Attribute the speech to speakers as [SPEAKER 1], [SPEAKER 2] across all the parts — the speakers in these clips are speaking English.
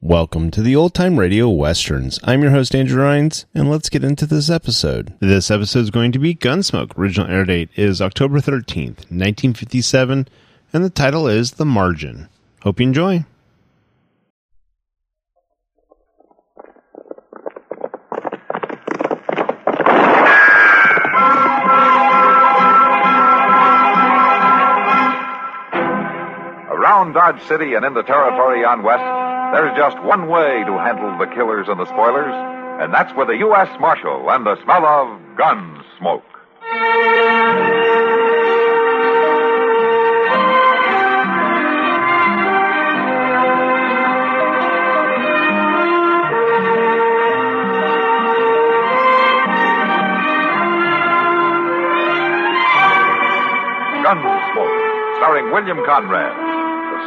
[SPEAKER 1] Welcome to the Old Time Radio Westerns. I'm your host, Andrew Rhines, and let's get into this episode. This episode is going to be Gunsmoke. Original air date is October 13th, 1957, and the title is The Margin. Hope you enjoy.
[SPEAKER 2] Around Dodge City and in the territory on West, there's just one way to handle the killers and the spoilers, and that's with a U.S. Marshal and the smell of gun smoke. Gunsmoke, starring William Conrad. The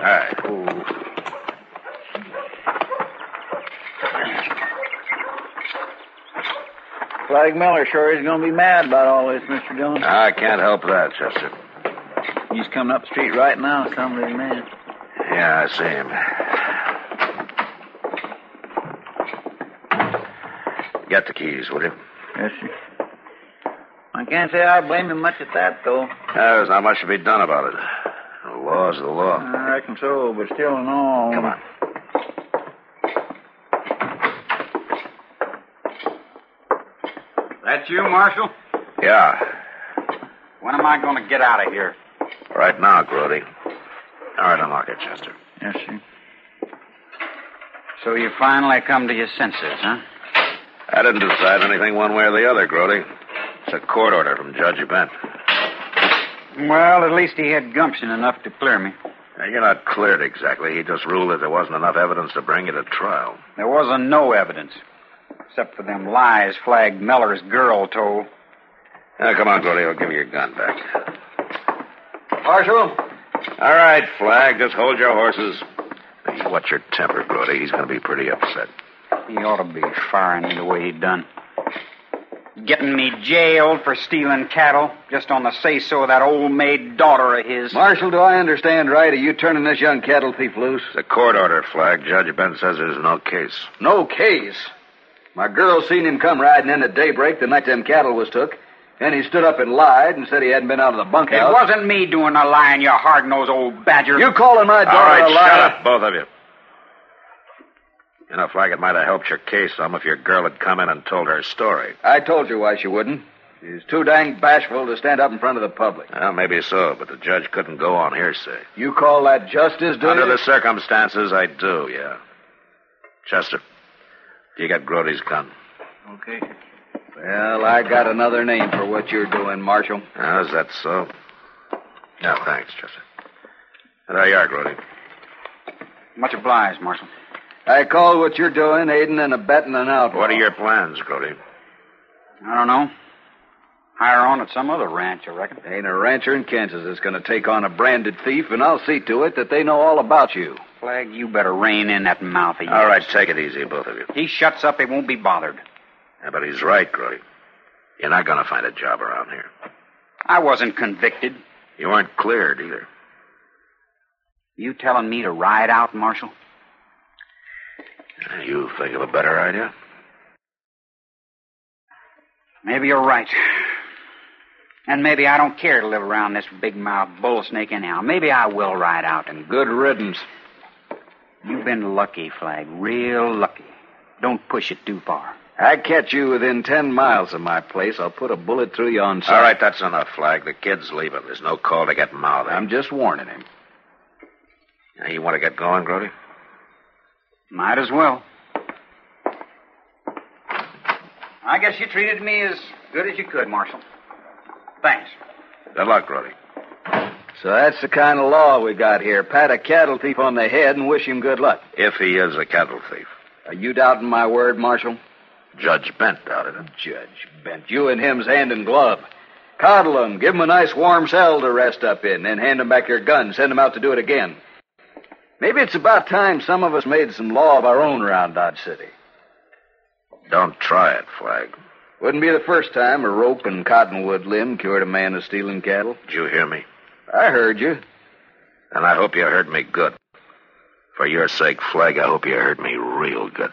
[SPEAKER 2] Aye.
[SPEAKER 3] Flag Miller sure is going to be mad about all this, Mr. Dillon.
[SPEAKER 4] I can't help that, Chester.
[SPEAKER 3] He's coming up the street right now, stumbling man.
[SPEAKER 4] Yeah, I see him. Get the keys, will you?
[SPEAKER 3] Yes, sir. I can't say I blame him much at that, though.
[SPEAKER 4] There's not much to be done about it. The law's the law.
[SPEAKER 3] I reckon so, but still and all.
[SPEAKER 4] Come on.
[SPEAKER 5] That you, Marshal?
[SPEAKER 4] Yeah,
[SPEAKER 5] When am I going to get out of here?
[SPEAKER 4] right now, Grody. All right, unlock it, Chester.
[SPEAKER 3] Yes, sir.
[SPEAKER 5] So you finally come to your senses, huh?
[SPEAKER 4] I didn't decide anything one way or the other, Grody. It's a court order from Judge Bent.
[SPEAKER 5] Well, at least he had gumption enough to clear me.
[SPEAKER 4] Now, you're not cleared exactly. He just ruled that there wasn't enough evidence to bring you to trial.
[SPEAKER 5] There wasn't no evidence, except for them lies Flag Miller's girl told.
[SPEAKER 4] Now, come on, Grody. I'll give you your gun back.
[SPEAKER 3] Marshal?
[SPEAKER 4] All right, Flag. Just hold your horses. Now, you watch your temper, Grody. He's going to be pretty upset.
[SPEAKER 5] He ought to be firing me the way he done. Getting me jailed for stealing cattle just on the say so of that old maid daughter of his.
[SPEAKER 3] Marshal, do I understand right? Are you turning this young cattle thief loose?
[SPEAKER 4] It's a court order, Flag. Judge Bent says there's no case.
[SPEAKER 3] No case. My girl seen him come riding in at daybreak the night them cattle was took. and he stood up and lied and said he hadn't been out of the
[SPEAKER 5] it
[SPEAKER 3] bunkhouse.
[SPEAKER 5] wasn't me doing the lying, you hard nosed old badger.
[SPEAKER 3] You calling my daughter
[SPEAKER 4] All right,
[SPEAKER 3] a liar?
[SPEAKER 4] shut up, both of you. You know, Flag, it might have helped your case some if your girl had come in and told her story.
[SPEAKER 3] I told you why she wouldn't. She's too dang bashful to stand up in front of the public.
[SPEAKER 4] Well, maybe so, but the judge couldn't go on hearsay.
[SPEAKER 3] You call that justice, do
[SPEAKER 4] Under
[SPEAKER 3] you?
[SPEAKER 4] the circumstances, I do, yeah. Chester, do you got Grody's gun?
[SPEAKER 3] Okay. Well, I got another name for what you're doing, Marshal.
[SPEAKER 4] How's that so? No, thanks, Chester. There you are, Grody.
[SPEAKER 5] Much obliged, Marshal.
[SPEAKER 3] I call what you're doing aiding and abetting an outlaw.
[SPEAKER 4] What are your plans, Grody?
[SPEAKER 5] I don't know. Hire on at some other ranch, I reckon.
[SPEAKER 3] Ain't a rancher in Kansas that's going to take on a branded thief, and I'll see to it that they know all about you.
[SPEAKER 5] Flag, you better rein in that mouth of yours.
[SPEAKER 4] All right, take it easy, both of you.
[SPEAKER 5] He shuts up, he won't be bothered.
[SPEAKER 4] Yeah, but he's right, Grody. You're not going to find a job around here.
[SPEAKER 5] I wasn't convicted.
[SPEAKER 4] You weren't cleared either.
[SPEAKER 5] You telling me to ride out, Marshal?
[SPEAKER 4] You think of a better idea?
[SPEAKER 5] Maybe you're right. And maybe I don't care to live around this big mouthed bull snake anyhow. Maybe I will ride out and
[SPEAKER 3] Good riddance.
[SPEAKER 5] You've been lucky, Flag. Real lucky. Don't push it too far.
[SPEAKER 3] I catch you within ten miles of my place, I'll put a bullet through you on sight.
[SPEAKER 4] All right, that's enough, Flag. The kid's leaving. There's no call to get mouthy.
[SPEAKER 3] I'm just warning him.
[SPEAKER 4] Now, You want to get going, Grody?
[SPEAKER 5] Might as well. I guess you treated me as good as you could, Marshal. Thanks.
[SPEAKER 4] Good luck, Grody.
[SPEAKER 3] So that's the kind of law we got here. Pat a cattle thief on the head and wish him good luck.
[SPEAKER 4] If he is a cattle thief.
[SPEAKER 3] Are you doubting my word, Marshal?
[SPEAKER 4] Judge Bent doubted it.
[SPEAKER 3] Judge Bent, you and him's hand and glove. Coddle 'em, give 'em a nice warm cell to rest up in, then hand 'em back their gun, send 'em out to do it again. Maybe it's about time some of us made some law of our own around Dodge City.
[SPEAKER 4] Don't try it, Flag.
[SPEAKER 3] Wouldn't be the first time a rope and cottonwood limb cured a man of stealing cattle.
[SPEAKER 4] Did you hear me?
[SPEAKER 3] I heard you.
[SPEAKER 4] And I hope you heard me good. For your sake, Flag, I hope you heard me real good.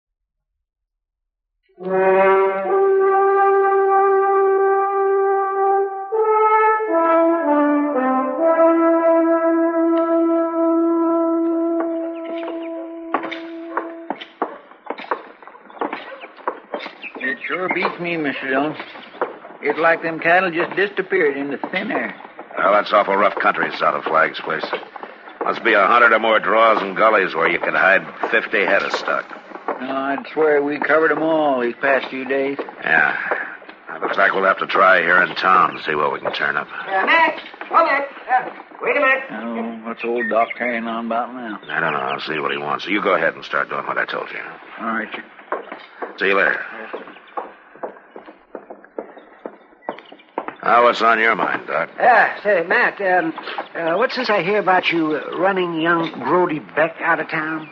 [SPEAKER 6] It sure beats me, Mr. Dillon. It's like them cattle just disappeared into thin air.
[SPEAKER 4] Well, that's awful rough country south of Flag's place. Must be a hundred or more draws and gullies where you could hide 50 head of stock.
[SPEAKER 6] Oh, I'd swear we covered 'em all these past few days.
[SPEAKER 4] Yeah. Now, Looks like we'll have to try here in town and see what we can turn up.
[SPEAKER 6] Oh, what's old Doc carrying on about now?
[SPEAKER 4] I don't know. I'll see what he wants. You go ahead and start doing what I told you.
[SPEAKER 6] All right, sir.
[SPEAKER 4] See you later. Now, what's on your mind, Doc?
[SPEAKER 7] Ah, say, Matt, um, uh, what's this I hear about you uh, running young Grody Beck out of town?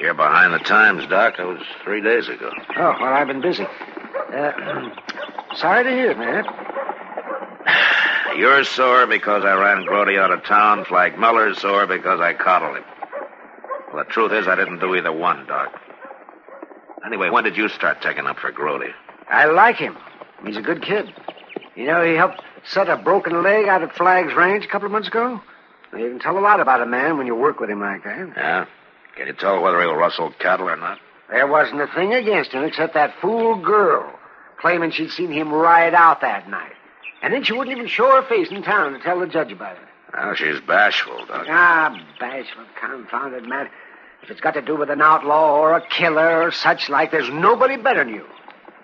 [SPEAKER 4] You're behind the times, Doc. That was three days ago.
[SPEAKER 7] Oh, well, I've been busy. Uh, sorry to hear, Matt.
[SPEAKER 4] You're sore because I ran Grody out of town. Flag Muller's sore because I coddled him. Well, the truth is, I didn't do either one, Doc. Anyway, when did you start taking up for Grody?
[SPEAKER 7] I like him. He's a good kid. You know, he helped set a broken leg out at Flag's Range a couple of months ago. You can tell a lot about a man when you work with him like that.
[SPEAKER 4] Yeah? Can you tell whether he'll rustle cattle or not?
[SPEAKER 7] There wasn't a thing against him except that fool girl claiming she'd seen him ride out that night. And then she wouldn't even show her face in town to tell the judge about it.
[SPEAKER 4] Well, she's bashful, Doc.
[SPEAKER 7] Ah, bashful, confounded man. If it's got to do with an outlaw or a killer or such like, there's nobody better than you.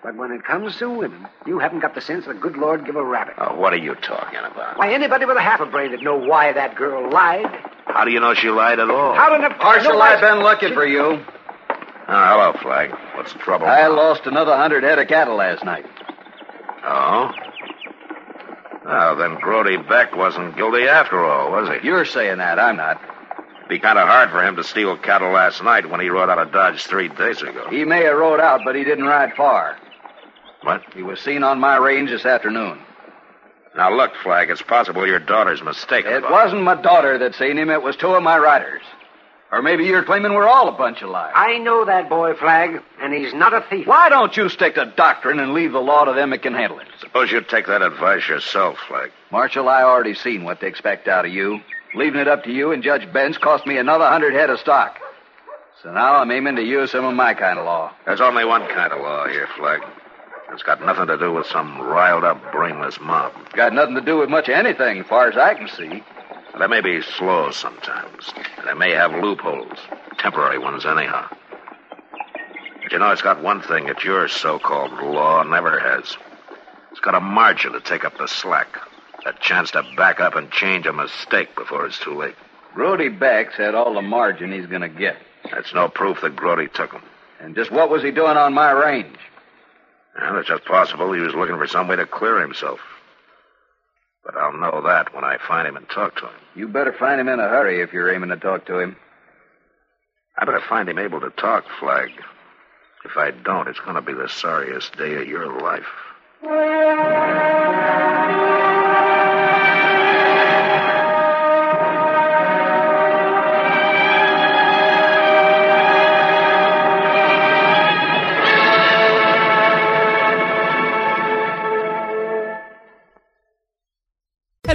[SPEAKER 7] But when it comes to women, you haven't got the sense the good Lord give a rabbit.
[SPEAKER 4] Oh, what are you talking about?
[SPEAKER 7] Why, anybody with a half a brain would know why that girl lied.
[SPEAKER 4] How do you know she lied at all?
[SPEAKER 7] How did
[SPEAKER 3] Marshal, I've been looking for you.
[SPEAKER 4] Oh, hello, Flag. What's the trouble?
[SPEAKER 3] I lost another hundred head of cattle last night.
[SPEAKER 4] Oh? Well, then Grody Beck wasn't guilty after all, was he?
[SPEAKER 3] You're saying that, I'm not.
[SPEAKER 4] It'd be kind of hard for him to steal cattle last night when he rode out of Dodge three days ago.
[SPEAKER 3] He may have rode out, but he didn't ride far.
[SPEAKER 4] What?
[SPEAKER 3] He was seen on my range this afternoon.
[SPEAKER 4] Now, look, Flag, it's possible your daughter's mistaken.
[SPEAKER 3] It
[SPEAKER 4] about-
[SPEAKER 3] wasn't my daughter that seen him, it was two of my riders. Or maybe you're claiming we're all a bunch of liars.
[SPEAKER 7] I know that boy, Flag, and he's not a thief.
[SPEAKER 3] Why don't you stick to doctrine and leave the law to them that can handle it?
[SPEAKER 4] Suppose you take that advice yourself, Flag.
[SPEAKER 3] Marshal, I already seen what they expect out of you. Leaving it up to you and Judge Bench cost me another hundred head of stock. So now I'm aiming to use some of my kind of law.
[SPEAKER 4] There's only one kind of law here, Flag. It's got nothing to do with some riled up, brainless mob.
[SPEAKER 3] Got nothing to do with much of anything, far as I can see.
[SPEAKER 4] They may be slow sometimes. and They may have loopholes, temporary ones, anyhow. But you know, it's got one thing that your so called law never has it's got a margin to take up the slack, a chance to back up and change a mistake before it's too late.
[SPEAKER 3] Brody Beck's had all the margin he's going to get.
[SPEAKER 4] That's no proof that Grody took him.
[SPEAKER 3] And just what was he doing on my range?
[SPEAKER 4] Well, it's just possible he was looking for some way to clear himself. But I'll know that when I find him and talk to him.
[SPEAKER 3] You better find him in a hurry if you're aiming to talk to him.
[SPEAKER 4] I better find him able to talk, Flag. If I don't, it's going to be the sorriest day of your life.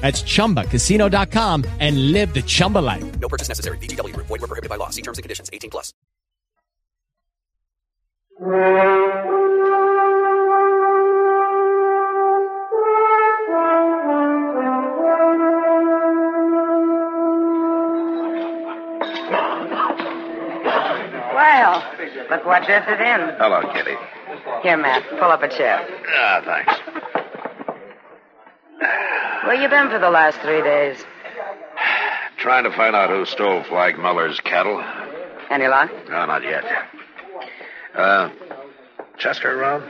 [SPEAKER 8] That's chumbacasino.com and live the Chumba life.
[SPEAKER 9] No purchase necessary. BGW. Void were prohibited by law. See terms and conditions. 18 plus.
[SPEAKER 10] Well, look what this is in.
[SPEAKER 4] Hello, Kitty.
[SPEAKER 10] Here, Matt, pull up a chair.
[SPEAKER 4] Ah, thanks.
[SPEAKER 10] Where you been for the last three days?
[SPEAKER 4] Trying to find out who stole Flag Muller's cattle.
[SPEAKER 10] Any luck?
[SPEAKER 4] No, not yet. Uh, Chester around?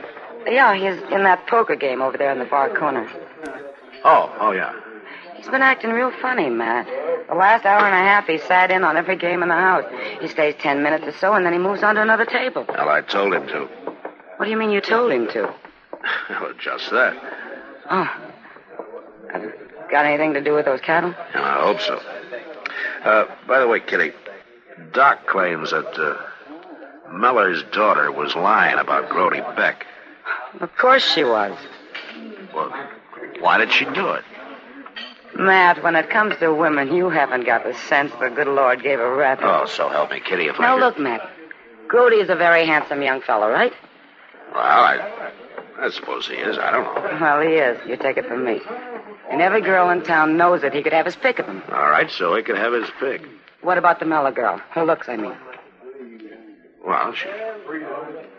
[SPEAKER 10] Yeah, he's in that poker game over there in the far corner.
[SPEAKER 4] Oh, oh, yeah.
[SPEAKER 10] He's been acting real funny, Matt. The last hour and a half, he sat in on every game in the house. He stays ten minutes or so, and then he moves on to another table.
[SPEAKER 4] Well, I told him to.
[SPEAKER 10] What do you mean you told him to?
[SPEAKER 4] Well, just that.
[SPEAKER 10] Oh. Got anything to do with those cattle?
[SPEAKER 4] And I hope so. Uh, by the way, Kitty, Doc claims that uh, Miller's daughter was lying about Grody Beck.
[SPEAKER 10] Of course she was.
[SPEAKER 4] Well, why did she do it?
[SPEAKER 10] Matt, when it comes to women, you haven't got the sense the good Lord gave a rap.
[SPEAKER 4] Oh, so help me, Kitty, if
[SPEAKER 10] Now,
[SPEAKER 4] I.
[SPEAKER 10] look, Matt. Grody is a very handsome young fellow, right?
[SPEAKER 4] Well, I, I suppose he is. I don't know.
[SPEAKER 10] Well, he is. You take it from me. And every girl in town knows it. He could have his pick of him.
[SPEAKER 4] All right, so he could have his pick.
[SPEAKER 10] What about the Mellor girl? Her looks, I mean.
[SPEAKER 4] Well, she's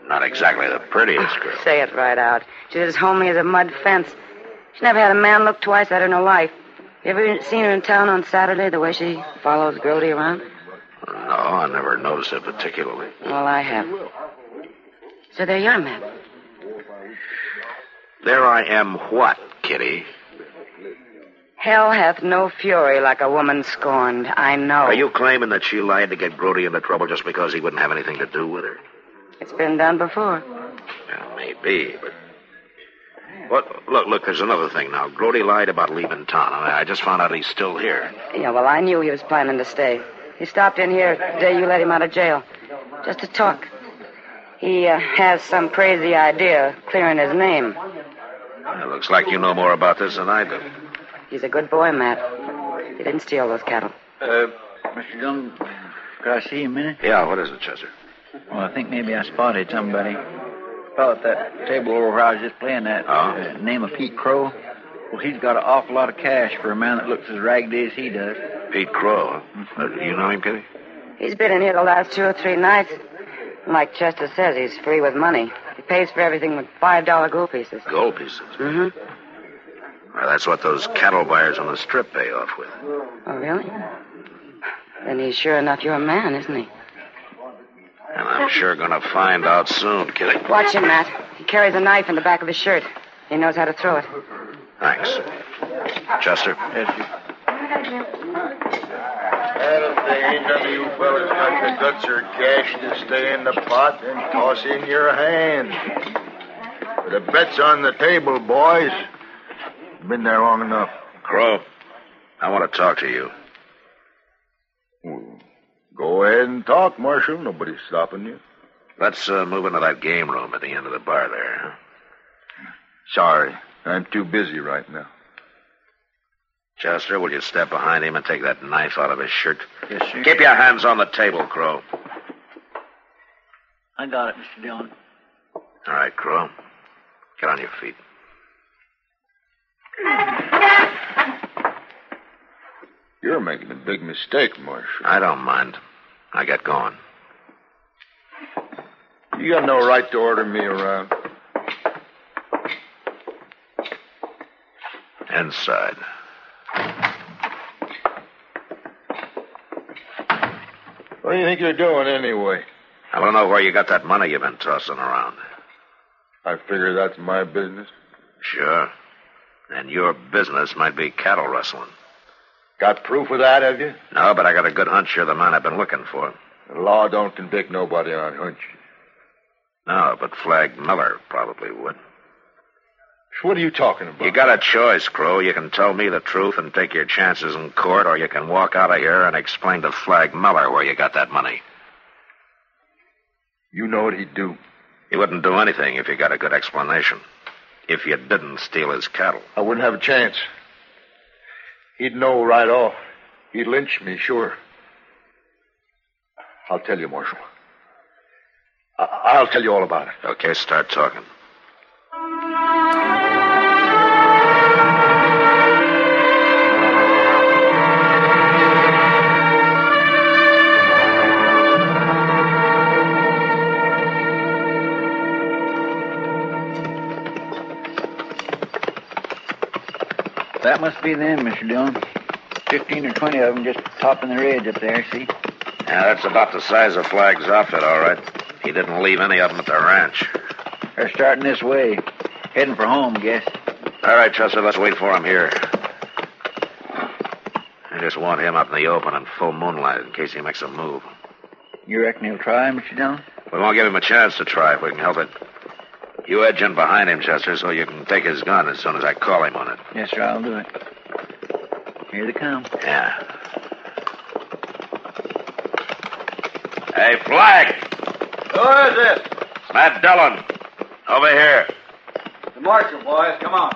[SPEAKER 4] not exactly the prettiest girl.
[SPEAKER 10] Say it right out. She's as homely as a mud fence. She never had a man look twice at her in her life. You ever seen her in town on Saturday, the way she follows Grody around?
[SPEAKER 4] No, I never noticed it particularly.
[SPEAKER 10] Well, I have. So there you are, Matt.
[SPEAKER 4] There I am, what, Kitty?
[SPEAKER 10] Hell hath no fury like a woman scorned. I know.
[SPEAKER 4] Are you claiming that she lied to get Grody into trouble just because he wouldn't have anything to do with her?
[SPEAKER 10] It's been done before.
[SPEAKER 4] Maybe, but. What, look, look, there's another thing now. Grody lied about leaving town. I, I just found out he's still here.
[SPEAKER 10] Yeah, well, I knew he was planning to stay. He stopped in here the day you let him out of jail, just to talk. He uh, has some crazy idea of clearing his name.
[SPEAKER 4] It looks like you know more about this than I do.
[SPEAKER 10] He's a good boy, Matt. He didn't steal those cattle.
[SPEAKER 6] Uh, Mr. Dillon, could I see you a minute?
[SPEAKER 4] Yeah, what is it, Chester?
[SPEAKER 6] Well, I think maybe I spotted somebody. Fellow at that table over where I was just playing that.
[SPEAKER 4] Uh-huh.
[SPEAKER 6] Uh, name of Pete Crow. Well, he's got an awful lot of cash for a man that looks as ragged as he does.
[SPEAKER 4] Pete Crow. huh? Uh, you know him, Kitty?
[SPEAKER 10] He's been in here the last two or three nights. Like Chester says, he's free with money. He pays for everything with $5 gold pieces.
[SPEAKER 4] Gold pieces.
[SPEAKER 10] Mm-hmm.
[SPEAKER 4] Well, that's what those cattle buyers on the strip pay off with.
[SPEAKER 10] Oh, really? Then he's sure enough your man, isn't he?
[SPEAKER 4] And I'm sure gonna find out soon, Kitty.
[SPEAKER 10] Watch him, Matt. He carries a knife in the back of his shirt. He knows how to throw it.
[SPEAKER 4] Thanks. Chester?
[SPEAKER 11] Well, if they ain't none of you fellas got the guts or cash to stay in the pot, then toss in your hand. The bet's on the table, boys. Been there long enough.
[SPEAKER 4] Crow, I want to talk to you.
[SPEAKER 11] Hmm. Go ahead and talk, Marshal. Nobody's stopping you.
[SPEAKER 4] Let's uh, move into that game room at the end of the bar there. huh?
[SPEAKER 11] Sorry, I'm too busy right now.
[SPEAKER 4] Chester, will you step behind him and take that knife out of his shirt? Yes, sir. Keep your hands on the table, Crow.
[SPEAKER 6] I got it, Mr. Dillon.
[SPEAKER 4] All right, Crow. Get on your feet.
[SPEAKER 11] You're making a big mistake, Marshal.
[SPEAKER 4] I don't mind. I got going.
[SPEAKER 11] You got no right to order me around.
[SPEAKER 4] Inside.
[SPEAKER 11] What do you think you're doing anyway?
[SPEAKER 4] I want to know where you got that money you've been tossing around.
[SPEAKER 11] I figure that's my business.
[SPEAKER 4] Sure. And your business might be cattle rustling.
[SPEAKER 11] Got proof of that, have you?
[SPEAKER 4] No, but I got a good hunch you're the man I've been looking for.
[SPEAKER 11] The law don't convict nobody on hunch.
[SPEAKER 4] No, but Flag Miller probably would.
[SPEAKER 11] What are you talking about?
[SPEAKER 4] You got a choice, Crow. You can tell me the truth and take your chances in court, or you can walk out of here and explain to Flag Miller where you got that money.
[SPEAKER 11] You know what he'd do.
[SPEAKER 4] He wouldn't do anything if you got a good explanation. If you didn't steal his cattle.
[SPEAKER 11] I wouldn't have a chance. He'd know right off. He'd lynch me, sure. I'll tell you, Marshal. I- I'll tell you all about it.
[SPEAKER 4] Okay, start talking.
[SPEAKER 6] That must be them, Mr. Dillon. Fifteen or twenty of them just topping the ridge up there, see?
[SPEAKER 4] Yeah, that's about the size of Flag's outfit, all right. He didn't leave any of them at the ranch.
[SPEAKER 6] They're starting this way. Heading for home, guess.
[SPEAKER 4] All right, Chester, let's wait for him here. I just want him up in the open in full moonlight in case he makes a move.
[SPEAKER 6] You reckon he'll try, Mr. Dillon?
[SPEAKER 4] We won't give him a chance to try if we can help it. You edge in behind him, Chester, so you can take his gun as soon as I call him on it.
[SPEAKER 6] Yes, sir, I'll do it. Here they come.
[SPEAKER 4] Yeah. Hey, Flag!
[SPEAKER 3] Who is it?
[SPEAKER 4] Matt Dillon! Over here.
[SPEAKER 3] The marshal, boys. Come on.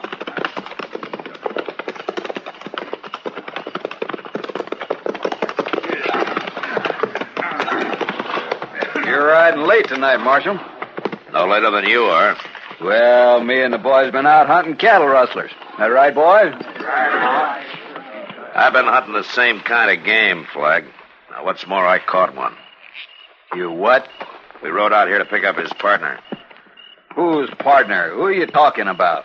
[SPEAKER 3] You're riding late tonight, Marshal.
[SPEAKER 4] No later than you are.
[SPEAKER 3] Well, me and the boys been out hunting cattle rustlers. That right, boys?
[SPEAKER 4] I've been hunting the same kind of game, Flag. Now, what's more, I caught one. You what? We rode out here to pick up his partner.
[SPEAKER 3] Who's partner? Who are you talking about?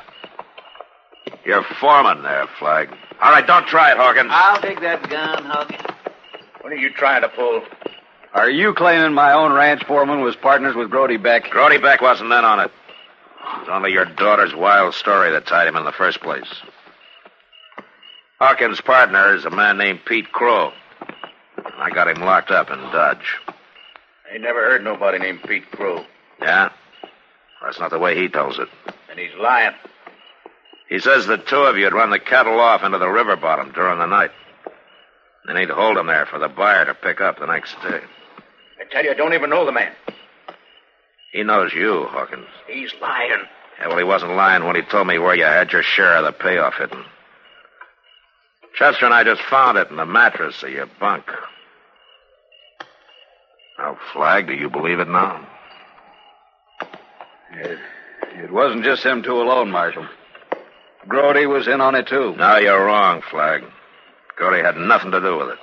[SPEAKER 4] Your foreman there, Flag. All right, don't try it, Hawkins.
[SPEAKER 6] I'll take that gun, Hawkins.
[SPEAKER 4] What are you trying to pull?
[SPEAKER 3] Are you claiming my own ranch foreman was partners with Grody Beck?
[SPEAKER 4] Grody Beck wasn't in on it. It was only your daughter's wild story that tied him in the first place. Hawkins' partner is a man named Pete Crow. I got him locked up in Dodge.
[SPEAKER 12] I never heard nobody named Pete Crow,
[SPEAKER 4] Yeah? That's not the way he tells it.
[SPEAKER 12] and he's lying.
[SPEAKER 4] He says the two of you had run the cattle off into the river bottom during the night. Then he'd hold 'em there for the buyer to pick up the next day.
[SPEAKER 12] I tell you, I don't even know the man.
[SPEAKER 4] He knows you, Hawkins.
[SPEAKER 12] He's lying.
[SPEAKER 4] Yeah, well, he wasn't lying when he told me where you had your share of the payoff hidden. Chester and I just found it in the mattress of your bunk. Now, Flag, do you believe it now?
[SPEAKER 3] It, it wasn't just them two alone, Marshal. Grody was in on it, too.
[SPEAKER 4] Now you're wrong, Flag. Gordy had nothing to do with it.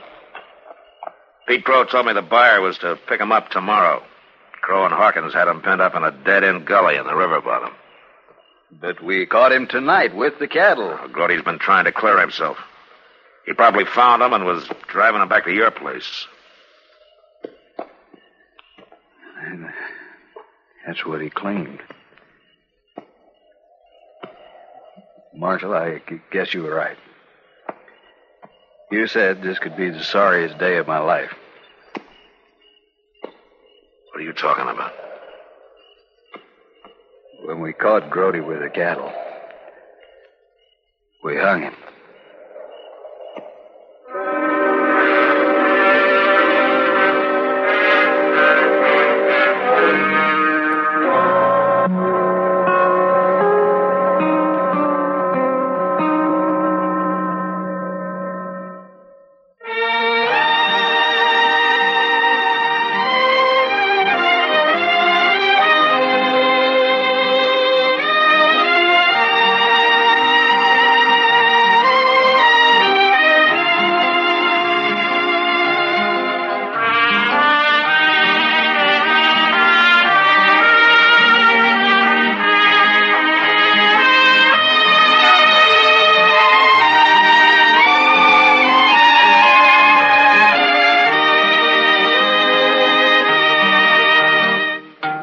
[SPEAKER 4] Pete Crow told me the buyer was to pick him up tomorrow. Crow and Hawkins had him pinned up in a dead end gully in the river bottom.
[SPEAKER 3] But we caught him tonight with the cattle.
[SPEAKER 4] Grody's been trying to clear himself. He probably found him and was driving him back to your place.
[SPEAKER 3] That's what he claimed. Marshal, I g- guess you were right. You said this could be the sorriest day of my life.
[SPEAKER 4] What are you talking about?
[SPEAKER 3] When we caught Grody with the cattle, we hung him.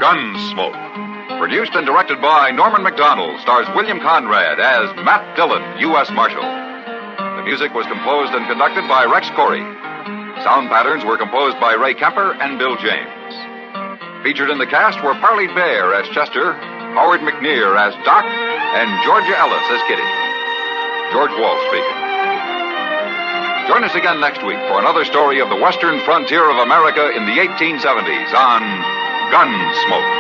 [SPEAKER 2] Gunsmoke. Produced and directed by Norman McDonald, stars William Conrad as Matt Dillon, U.S. Marshal. The music was composed and conducted by Rex Corey. Sound patterns were composed by Ray Kemper and Bill James. Featured in the cast were Parley Bear as Chester, Howard McNear as Doc, and Georgia Ellis as Kitty. George Walsh speaking. Join us again next week for another story of the western frontier of America in the 1870s on Gunsmoke.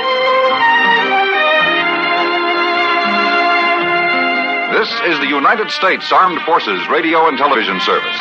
[SPEAKER 2] This is the United States Armed Forces Radio and Television Service.